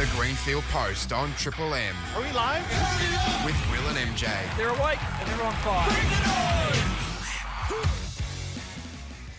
The Greenfield Post on Triple M Are we live? with Will and MJ. They're awake and they're on fire.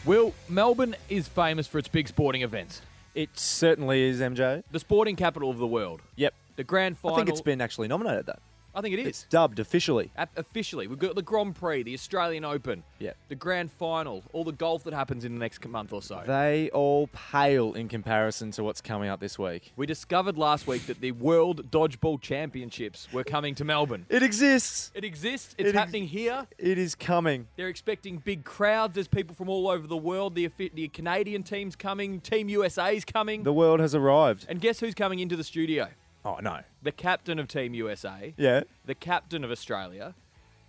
Will, Melbourne is famous for its big sporting events, It certainly is, MJ. the sporting capital of the world. Yep. The grand final. I think it's been actually nominated, though. I think it It's is. dubbed officially. A- Officially, we've got the Grand Prix, the Australian Open, Yeah. the Grand Final, all the golf that happens in the next month or so. They all pale in comparison to what's coming up this week. we discovered last week that the World Dodgeball Championships were coming to Melbourne. It exists. It exists. It's It ex- happening here. It is coming. They're expecting big crowds. There's people from all over the world. The, affi- the Canadian team's coming. Team USA's coming. The world has arrived. and guess who's coming into the studio? Oh, no. The captain of Team USA. Yeah. the captain of Australia,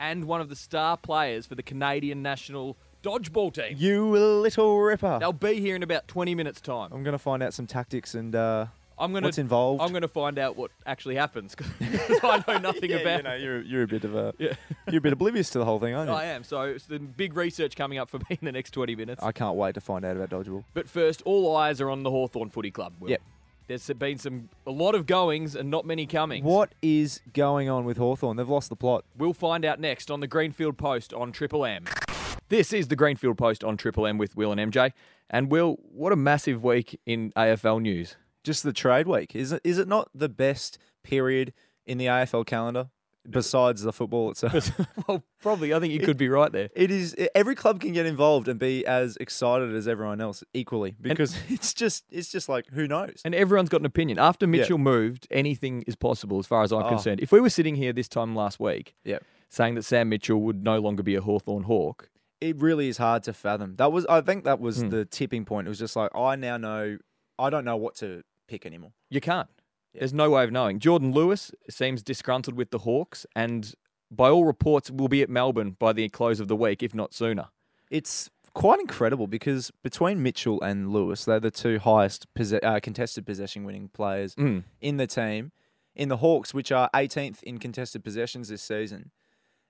and one of the star players for the Canadian national dodgeball team. You little ripper. They'll be here in about 20 minutes' time. I'm going to find out some tactics and uh, I'm gonna, Um, what's involved. I'm going to find out what actually happens because I know nothing yeah, about you know, you're, you're a bit of a Yeah. you're a bit oblivious to the whole thing, aren't it. you? I am. So it's the big research coming up for me in the next 20 minutes. I can't wait to find out about dodgeball. But first, all eyes are on the Hawthorn Footy Club. Will. Yep. There's been some a lot of goings and not many comings. What is going on with Hawthorn? They've lost the plot. We'll find out next on the Greenfield Post on Triple M. This is the Greenfield Post on Triple M with Will and MJ. And Will, what a massive week in AFL news. just the trade week. Is it is it not the best period in the AFL calendar besides the football itself? well, probably. I think you could be right there. It is e, every club can get involved and be as excited as everyone else equally because it's just it's just like who knows. And everyone's got an opinion. After Mitchell moved, anything is possible as far as I'm Oh. concerned. If we were sitting here this time last week Yeah. saying that Sam Mitchell would no longer be a Hawthorn Hawk, It really is hard to fathom. That was I think that was the tipping point. It was just like I now know I don't know what to pick anymore. you can't. Yeah. There's no way of knowing. Jordan Lewis seems disgruntled with the Hawks and by all reports will be at Melbourne by the close of the week, if not sooner. It's quite incredible because between Mitchell and Lewis, they're the two highest posse- uh, contested possession winning players Mm. in the team. In the Hawks, which are 18th in contested possessions this season,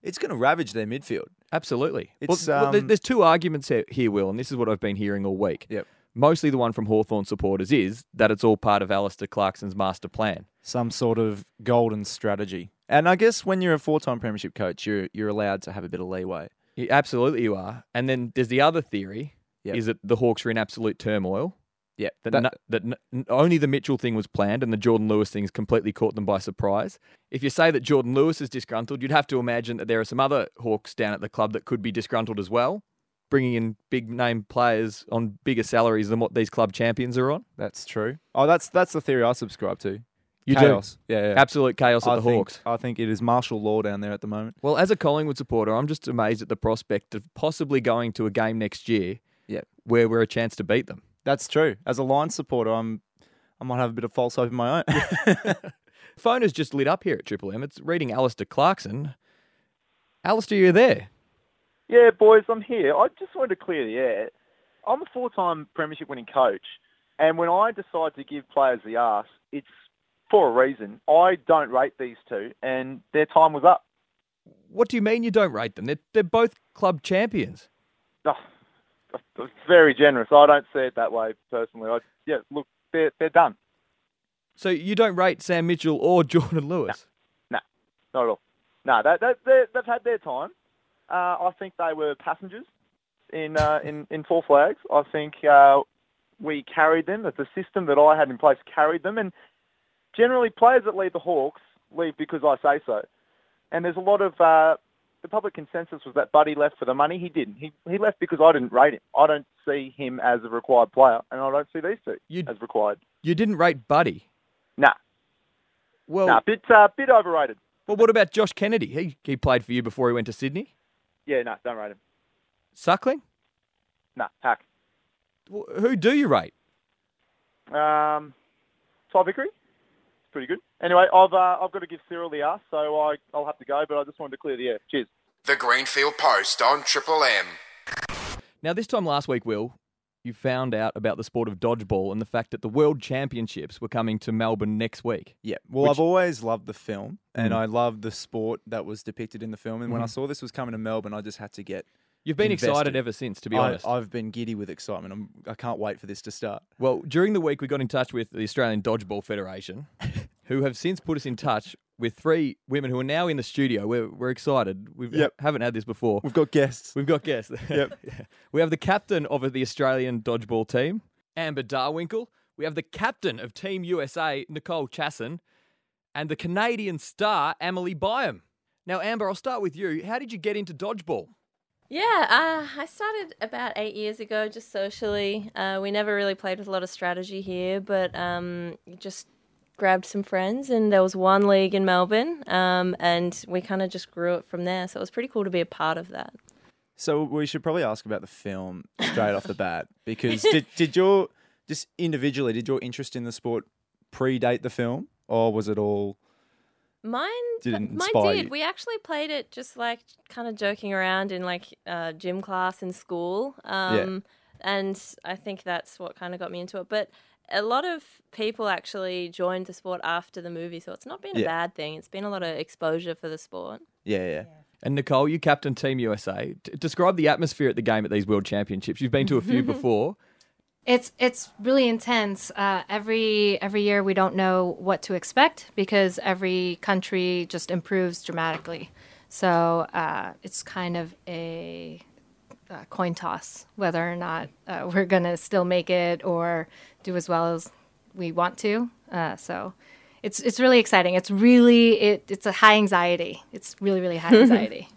it's going to ravage their midfield. Absolutely. It's, well, there- um, there's two arguments he- here, Will, and this is what I've been hearing all week. Yep. Mostly the one from Hawthorn supporters is that it's all part of Alistair Clarkson's master plan. Some sort of golden strategy. And I guess when you're a four-time premiership coach, you're you're allowed to have a bit of leeway. Y- Absolutely, you are. And then there's the other theory Yep. is that the Hawks are in absolute turmoil. Yeah, That, no- that n- n- only the Mitchell thing was planned and the Jordan Lewis thing's completely caught them by surprise. If you say that Jordan Lewis is disgruntled, you'd have to imagine that there are some other Hawks down at the club that could be disgruntled as well, bringing in big name players on bigger salaries than what these club champions are on. that's true. Oh, that's that's the theory I subscribe to. You do. chaos. Yeah, yeah. Absolute chaos at I the think, Hawks. I think it is martial law down there at the moment. Well, as a Collingwood supporter, I'm just amazed at the prospect of possibly going to a game next year Yep. where we're a chance to beat them. That's true. As a line supporter, I'm I might have a bit of false hope in my own. Phone has just lit up here at Triple M. It's reading Alistair Clarkson. Alistair, you're there. Yeah, boys, I'm here. I just wanted to clear the air. I'm a four-time premiership winning coach, and when I decide to give players the arse, it's for a reason. I don't rate these two, and their time was up. What do you mean you don't rate them? They're, they're both club champions. Oh, it's very generous. I don't see it that way personally. I, yeah, look, they're, they're done. So you don't rate Sam Mitchell or Jordan Lewis. Not at all. No, they, they, they, they've had their time. Uh, I think they were passengers in, uh, in, in Four Flags. I think uh, we carried them, that the system that I had in place carried them. And generally, players that leave the Hawks leave because I say so. And there's a lot of, uh, the public consensus was that Buddy left for the money. He didn't. He, he left because I didn't rate him. I don't see him as a required player, and I don't see these two You- as required. You didn't rate Buddy. Nah, Well, nah, bit, uh, bit overrated. well, what about Josh Kennedy? He, he played for you before he went to Sydney. Yeah, no, don't rate him. Suckling? Nah, hack. Wh- Who do you rate? Um, Ty Vickery. It's pretty good. Anyway, I've uh, I've got to give Cyril the ass, so I, I'll have to go, but I just wanted to clear the air. Cheers. The Greenfield Post on Triple M. Now, this time last week, Will, you found out about the sport of dodgeball and the fact that the World Championships were coming to Melbourne next week. Yeah. Well, Which- I've always loved the film and I loved the sport that was depicted in the film. And when I saw this was coming to Melbourne, I just had to get. You've been excited Invested. ever since, to be I, honest. I've been giddy with excitement. I'm, I can't wait for this to start. well, during the week, we got in touch with the Australian Dodgeball Federation who have since put us in touch with three women who are now in the studio. We're, we're excited. We Yep. haven't had this before. We've got guests. We've got guests. Yep. we have the captain of the Australian dodgeball team, Amber Darwinkle. We have the captain of Team USA, Nicole Chasson, and the Canadian star, Emily Byam. Now, Amber, I'll start with you. How did you get into dodgeball? Yeah, uh, I started about eight years ago, just socially. Uh, we never really played with a lot of strategy here, but um, just grabbed some friends, and there was one league in Melbourne, um, and we kind of just grew it from there. So it was pretty cool to be a part of that. So we should probably ask about the film straight off the bat because did, did your just individually did your interest in the sport predate the film or was it all Mine Didn't mine inspire did. you. We actually played it just like kind of joking around in like uh, gym class in school. Um, And I think that's what kind of got me into it. But a lot of people actually joined the sport after the movie, so it's not been Yeah. a bad thing. It's been a lot of exposure for the sport. yeah yeah And Nicole, you captain Team USA. D- describe the atmosphere at the game at these World Championships. You've been to a few before. It's it's really intense. Uh, every every year we don't know what to expect because every country just improves dramatically. So uh, it's kind of a uh, coin toss whether or not uh, we're gonna still make it or do as well as we want to. Uh, so it's it's really exciting. It's really it, it's a high anxiety. It's really really high anxiety.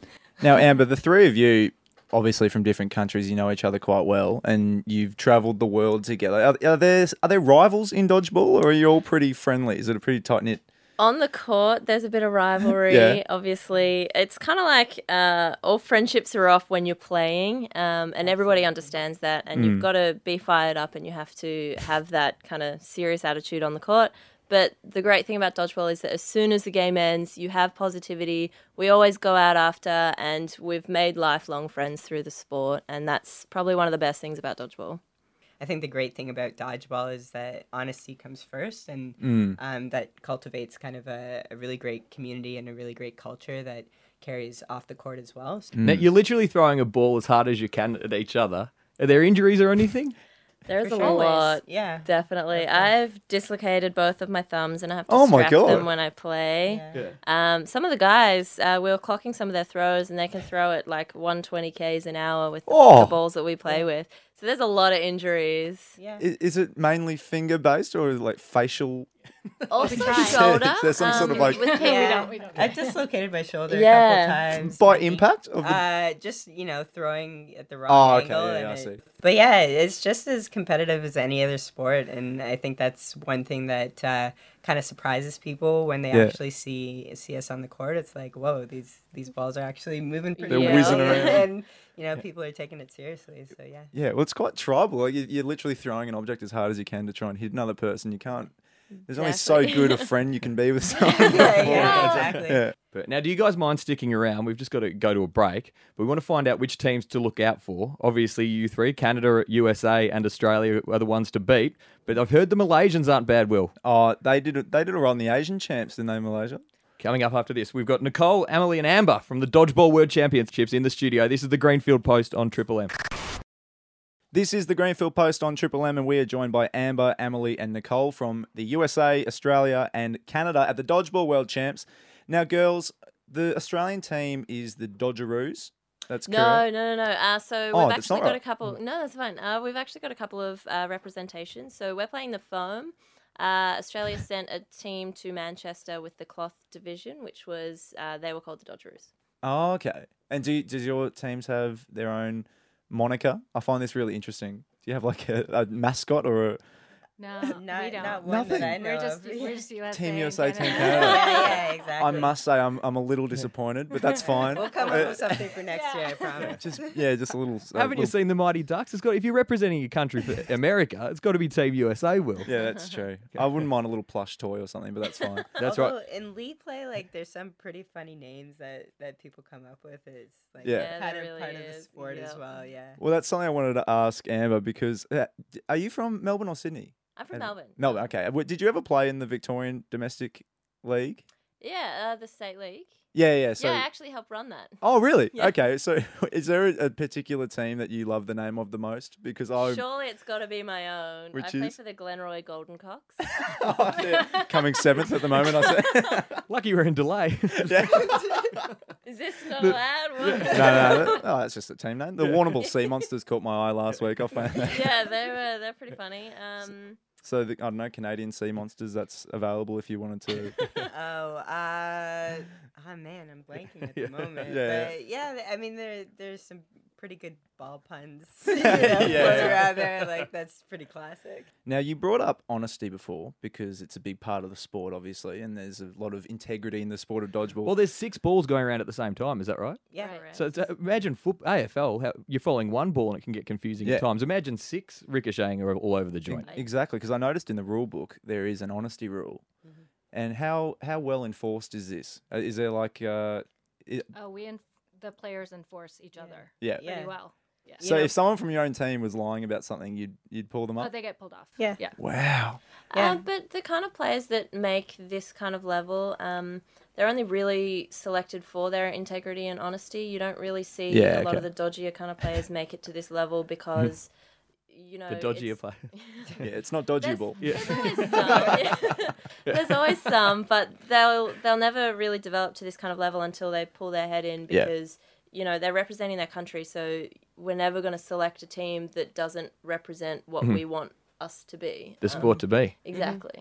Now, Amber, the three of you, obviously from different countries, you know each other quite well, and you've travelled the world together. Are, are there are there rivals in dodgeball, or are you all pretty friendly? Is it a pretty tight knit? On the court, there's a bit of rivalry. Yeah. Obviously, it's kind of like uh, all friendships are off when you're playing, um, and everybody understands that. And you've got to be fired up, and you have to have that kind of serious attitude on the court. But the great thing about dodgeball is that as soon as the game ends, you have positivity. We always go out after, and we've made lifelong friends through the sport, and that's probably one of the best things about dodgeball. I think the great thing about dodgeball is that honesty comes first, and um, that cultivates kind of a, a really great community and a really great culture that carries off the court as well. So Now, you're literally throwing a ball as hard as you can at each other. Are there injuries or anything? There's For a sure. lot. Yeah. Definitely. I've dislocated both of my thumbs and I have to Oh my strap God. them when I play. Um, some of the guys, uh, we were clocking some of their throws and they can throw at like 120 Ks an hour with the, Oh. the balls that we play with. So there's a lot of injuries. Yeah. Is, is it mainly finger based, or like facial? Also try. shoulder. There's some sort of um, like- with- we don't- we I've dislocated my shoulder Yeah. a couple times. By maybe. impact of the, Uh, just you know, throwing at the wrong Oh, okay, angle. yeah, and yeah, I it- see. But yeah, it's just as competitive as any other sport, and I think that's one thing that uh, kind of surprises people when they Yeah. actually see see us on the court. It's like, whoa, these these balls are actually moving pretty. They're well, whizzing around. and you know, people are taking it seriously. So yeah. yeah, well, it's quite tribal. Like you, you're literally throwing an object as hard as you can to try and hit another person. You can't. There's only so Definitely. good a friend you can be with someone. Yeah, yeah, exactly. Yeah. But now, do you guys mind sticking around? We've just got to go to a break, but we want to find out which teams to look out for. Obviously, you three, Canada, USA, and Australia are the ones to beat. But I've heard the Malaysians aren't bad, Will. Oh, they did. A, they did a run the Asian champs, didn't they, Malaysia? Coming up after this, we've got Nicole, Emily, and Amber from the Dodgeball World Championships in the studio. This is the Greenfield Post on Triple M. This is the Greenfield Post on Triple M, and we are joined by Amber, Emily, and Nicole from the USA, Australia, and Canada at the Dodgeball World Champs. Now, girls, the Australian team is the Dodgeroos. That's No, correct. no, no, no. Uh, so Oh, we've that's actually not got right. a couple. No, that's fine. Uh, we've actually got a couple of uh, representations. So we're playing the foam. Uh, Australia sent a team to Manchester with the cloth division, which was uh, they were called the Dodgers. Oh, okay. And do does your teams have their own moniker? I find this really interesting. Do you have like a, a mascot or a No, we Not, don't. not one Nothing. that I know We're just of. we're just USA. Team and USA, Team Canada. yeah, Canada. yeah, exactly. I must say, I'm I'm a little disappointed, but that's fine. We'll come up with something for next year. I Uh, promise. just yeah, just a little. a Haven't you little- seen the Mighty Ducks? It's got if you're representing your country for America, it's got to be Team USA, Will. Yeah, that's true. I wouldn't mind a little plush toy or something, but that's fine. That's right. Although in league play, like there's some pretty funny names that that people come up with. It's like Yeah. Yeah, kind there of really part of the is. sport as Yep. well. Yeah. Well, that's something I wanted to ask Amber because uh, d- are you from Melbourne or Sydney? I'm from Adam- Melbourne. Melbourne. Okay. Uh, w- Did you ever play in the Victorian domestic league? Yeah, uh, the state league. Yeah, yeah. So. yeah, I actually helped run that. Oh really? Yeah. Okay. So, is there a particular team that you love the name of the most? Because I Surely it's got to be my own. Which I play is? for the Glenroy Golden Cocks. coming seventh at the moment. I said, Lucky we're in delay. yeah. Is this not allowed? What- no, no, no. Oh, that's just a team name. The Warnable Sea Monsters caught my eye last week. I found that. yeah, they were. They're pretty funny. Um, So the, I don't know Canadian Sea Monsters. That's available if you wanted to. Oh, uh, oh man, I'm blanking at the moment. yeah. But yeah, th- I mean there there's some pretty good ball puns you know, floating yeah. around there. Like that's pretty classic. now you brought up honesty before because it's a big part of the sport, obviously, and there's a lot of integrity in the sport of dodgeball. well, there's six balls going around at the same time. Is that right? Yeah. Right, right. So it's, uh, imagine foot AFL. How, you're following one ball and it can get confusing Yeah. at times. Imagine six ricocheting or all over the joint. exactly because I noticed in the rule book there is an honesty rule, Mm-hmm. and how how well enforced is this? Uh, Is there like uh, i Oh, we and the players enforce each other yeah. Yeah. pretty well. Yeah. So Yeah. if someone from your own team was lying about something, you'd you'd pull them Oh, up. they get pulled off. Yeah. Yeah. wow. Yeah. Uh, but the kind of players that make this kind of level, um, they're only really selected for their integrity and honesty. You don't really see Yeah, a lot okay. Mm-hmm. of the dodgier kind of players make it to this level because, you know, The dodgier it's- play. Yeah, it's not dodgy There's- ball. There's always some. yeah. There's always some, but they'll they'll never really develop to this kind of level until they pull their head in Yeah. because you know they're representing their country. So we're never going to select a team that doesn't represent what Mm-hmm. we want us to be. The Um, sport to be. exactly.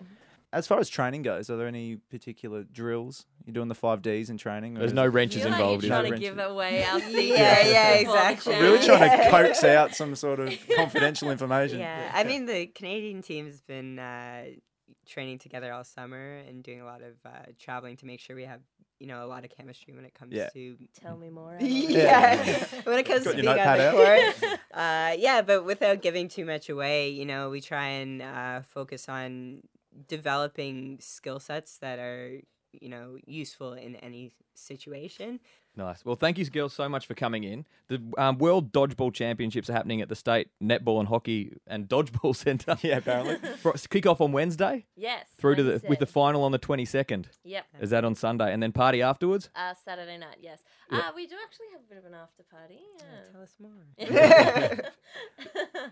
As far as training goes, are there any particular drills you're doing the five Ds in training? or There's is- no wrenches You're like involved. you're is No there? trying to wrenches. give away our secrets. Yeah, yeah, before the exactly. Really chat. trying to coax out some sort of confidential information. Yeah, I mean the Canadian team's been uh, training together all summer and doing a lot of uh, traveling to make sure we have you know a lot of chemistry when it comes Yeah. to Tell me more. yeah. when it comes Got to being your on the notepad court. Uh, yeah, but without giving too much away, you know, we try and uh, focus on developing skill sets that are, you know, useful in any situation. Nice. Well, thank you, girls, so much for coming in. The um, World Dodgeball Championships are happening at the State Netball and Hockey and Dodgeball Centre. Yeah, apparently. For- Kick off on Wednesday Yes. through to the, with the Wednesday. final on the 22nd. Yep. Is that on Sunday? And then party afterwards? Uh, Saturday night, yes. Uh, we do actually have a bit of an after party. Yeah. Tell us more.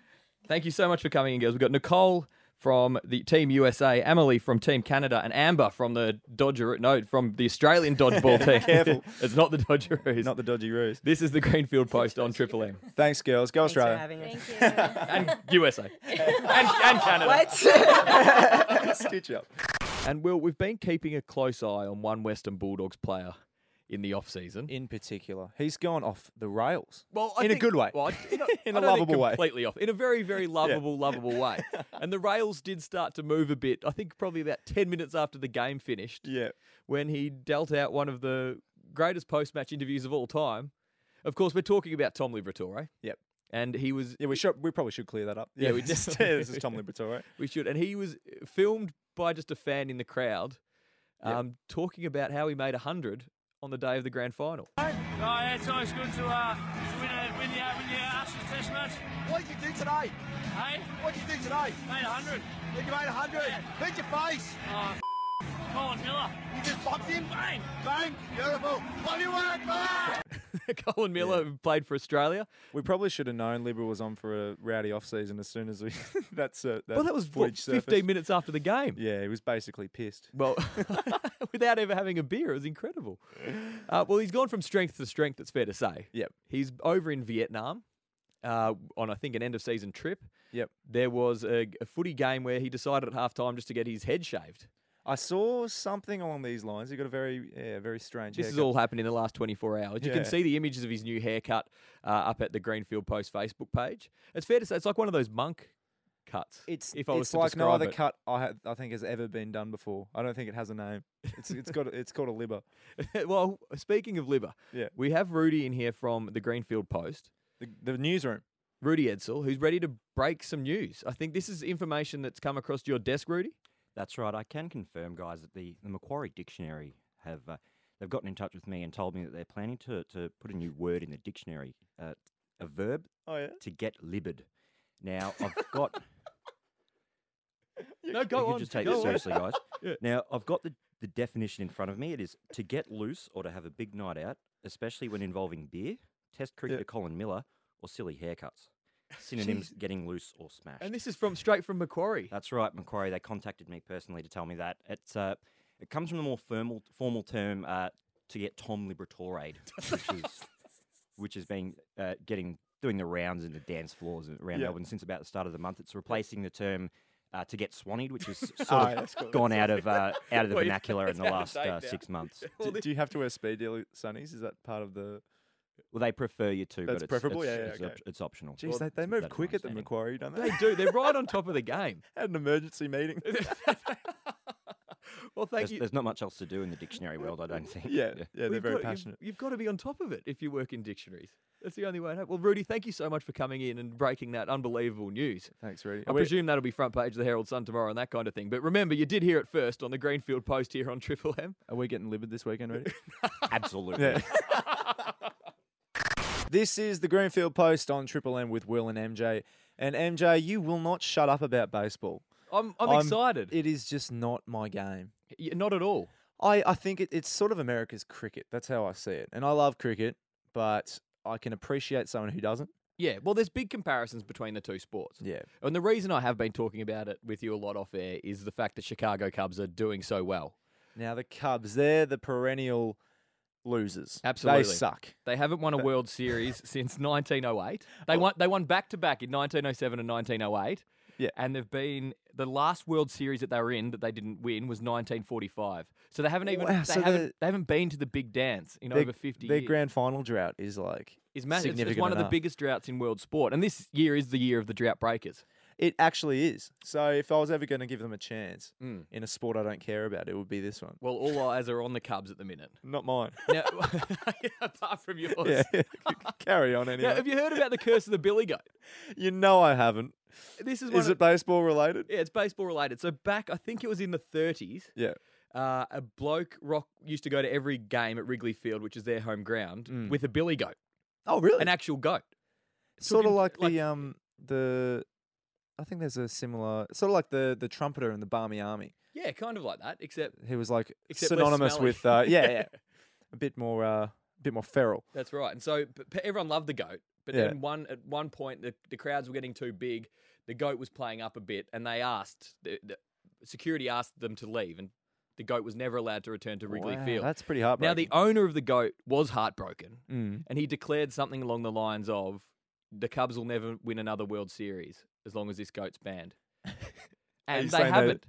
Thank you so much for coming in, girls. We've got Nicole from the Team USA, Emily from Team Canada, and Amber from the Dodger. No, from the Australian dodgeball team. Careful. it's not the Dodgeroos. Not the dodgy ruse. this is the Greenfield Post on Triple M Thanks, girls. Go Thanks for Australia. having us. Thank you. and USA and, and Canada. Stitch up. And Will, we've been keeping a close eye on one Western Bulldogs player in the off season. In particular, he's gone off the rails. Well, In a good way. Well, I- in a, In I don't a think lovable way. Completely off. In a very, very lovable, lovable way. And the rails did start to move a bit. I think probably about ten minutes after the game finished, Yeah. when he dealt out one of the greatest post-match interviews of all time. Of course, we're talking about Tom Liberatore, Yep. and he was. Yeah, we should. We probably should clear that up. Yeah, we this is- do. yeah, this is Tom Liberatore. We should, and he was filmed by just a fan in the crowd, um, talking about how he made hundred on the day of the grand final. Oh, yeah, it's always good to, uh, to win, a, win, the, win the Ashes Test match. What did you do today? Hey, What did you do today? made 100. You made 100. Hit your face. Oh, Colin Miller. You just bumped him. Bang! Bang. Beautiful. Bloody work, mate. Colin Miller, who played for Australia. We probably should have known Libra was on for a rowdy off season as soon as we. that's uh, that Well, that was what, footage 15 surfaced. minutes after the game. Yeah, he was basically pissed. Well, without ever having a beer, it was incredible. Uh, well, he's gone from strength to strength. It's fair to say. Yep. He's over in Vietnam uh, on, I think, an end of season trip. Yep. There was a, a footy game where he decided at halftime just to get his head shaved. I saw something along these lines. He got a very, yeah, very strange. This has haircut. all happened in the last 24 hours. You Yeah. can see the images of his new haircut uh, up at the Greenfield Post Facebook page. It's fair to say it's like one of those monk cuts. It's if I was it's to like no describe other it. cut I ha- I think has ever been done before. I don't think it has a name. It's it's got a- it's called a libber. well, speaking of liver, Yeah. we have Rudy in here from the Greenfield Post. The, the newsroom. Rudy Edsel, who's ready to break some news. I think this is information that's come across to your desk, Rudy. That's right. I can confirm, guys, that the, the Macquarie Dictionary have uh, they've gotten in touch with me and told me that they're planning to, to put a new word in the dictionary, uh, a verb Oh yeah. to get libbered. Now I've got No, go you on, just take go this on. seriously, guys. Yeah. Now, I've got the, the definition in front of me. It is to get loose or to have a big night out, especially when involving beer, test cricketer Colin Miller, or silly haircuts. Synonyms getting loose or smashed. And this is from straight from Macquarie. That's right, Macquarie. They contacted me personally to tell me that. It's, uh, it comes from the more formal, formal term uh, to get Tom Liberatore, which is, which has been uh, getting doing the rounds in the dance floors around Yeah. Melbourne since about the start of the month. It's replacing the term uh, to get swanned, which has sort Ah, of that's cool. gone out of uh, out of the Well, yeah, vernacular in it's the out of last date uh, now. six months. Well, Do, this- do you have to wear speed deal sunnies? Is that part of the? Well, they prefer you to, That's but it's, preferable, It's, yeah, yeah, it's, okay. op- it's optional. Jeez, Well, they, they that's- move that's my quick at the understanding. Macquarie, don't they? they do. They're right on top of the game. Had an emergency meeting. Well, thank There's, you. there's not much else to do in the dictionary world, I don't think. yeah, yeah, they're We've very got- you've- passionate. You've, got to be on top of it if you work in dictionaries. That's the only way. I know. Well, Rudy, thank you so much for coming in and breaking that unbelievable news. Thanks, Rudy. I Are we- presume that'll be front page of the Herald Sun tomorrow and that kind of thing. But remember, you did hear it first on the Greenfield Post here on Triple M. Are we getting livid this weekend, Rudy? Absolutely. This is the Greenfield Post on Triple M with Will and MJ. And MJ, you will not shut up about baseball. I'm, I'm, excited. It is just not my game. Y- Not at all. I, I think it, it's sort of America's cricket. That's how I see it. And I love cricket, but I can appreciate someone who doesn't. Yeah, well, there's big comparisons between the two sports. Yeah. And the reason I have been talking about it with you a lot off air is the fact that Chicago Cubs are doing so well. Now, the Cubs, they're the perennial losers. Absolutely. They suck. They haven't won a World Series since 1908. Oh. They won they won back to back in 1907 and 1908. Yeah. And they've been the last World Series that they were in that they didn't win was 1945. So they haven't even Wow, they so they're- haven't they haven't been to the big dance in Their- over 50 Their years. grand final drought is like It's ma- it's- it's, significant one of the enough. biggest droughts in world sport. And this year is the year of the drought breakers. It actually is. So if I was ever going to give them a chance Hmm. in a sport I don't care about, it would be this one. Well, all eyes are on the Cubs at the minute. Not mine. Now, apart from yours. yeah. Carry on Now, anyway. have you heard about the curse of the Billy Goat? You know I haven't. This is, one Is of- it baseball related? Yeah, it's baseball related. So back, I think it was in the 30s. Yeah. uh, a bloke rock used to go to every game at Wrigley Field, which is their home ground, Mm. with a billy goat, Oh, really? an actual goat. sort of him- like, like- the um the I think there's a similar sort of like the the trumpeter in the Barmy Army. Yeah, kind of like that, except He was like Except less synonymous smelly. with uh, yeah, yeah, a bit more uh, a bit more feral. that's right. And so but, pe- everyone loved the goat, but Yeah. then one at one point the, the crowds were getting too big. The goat was playing up a bit, and they asked the, the security asked them to leave, and the goat was never allowed to return to Wrigley Wow, Field. That's pretty Now, heartbreaking. the owner of the goat was heartbroken, Mm. and he declared something along the lines of, "The Cubs will never win another World Series as long as this goat's banned." you and they saying that- haven't.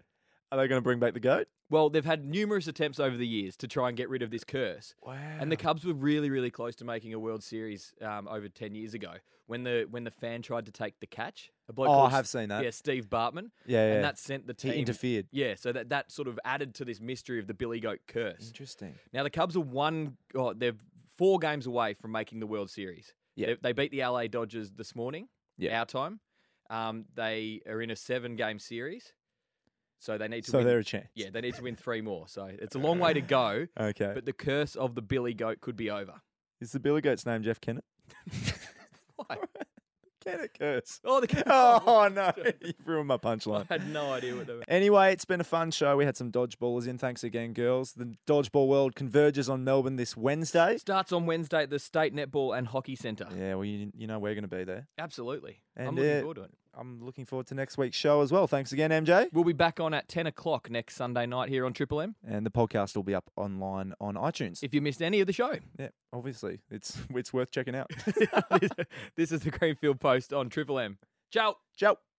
Are they going to bring back the goat? Well, they've had numerous attempts over the years to try and get rid of this curse. Wow. And the Cubs were really, really close to making a World Series um, over ten years ago when the when the fan tried to take the catch. A bloke Oh, I called have S- seen that. Yeah, Steve Bartman. Yeah, yeah. And that sent the He team interfered. Yeah, so that that sort of added to this mystery of the Billy Goat curse. Interesting. Now the Cubs are one. Oh, they're four games away from making the World Series. Yeah. They, they beat the LA Dodgers this morning. Yeah. Our time. Um, they are in a seven-game series, so they need to. So win. they're a chance. Yeah, they need to win three more. So it's a long way to go. Okay. But the curse of the Billy Goat could be over. Is the Billy Goat's name Jeff Kennett? Why? Kennett curse. Oh, the. Oh no, you ruined my punchline. I had no idea what they were. Anyway, it's been a fun show. We had some dodgeballers in. Thanks again, girls. The dodgeball world converges on Melbourne this Wednesday. Starts on Wednesday at the State Netball and Hockey Centre. Yeah, well, you, you know we're going to be there. Absolutely. I'm And, looking uh, forward to it. I'm looking forward to next week's show as well. Thanks again, MJ. We'll be back on at 10 o'clock next Sunday night here on Triple M. And the podcast will be up online on iTunes. If you missed any of the show. yeah, obviously, it's it's worth checking out. this is the Greenfield Post on Triple M. Ciao. Ciao.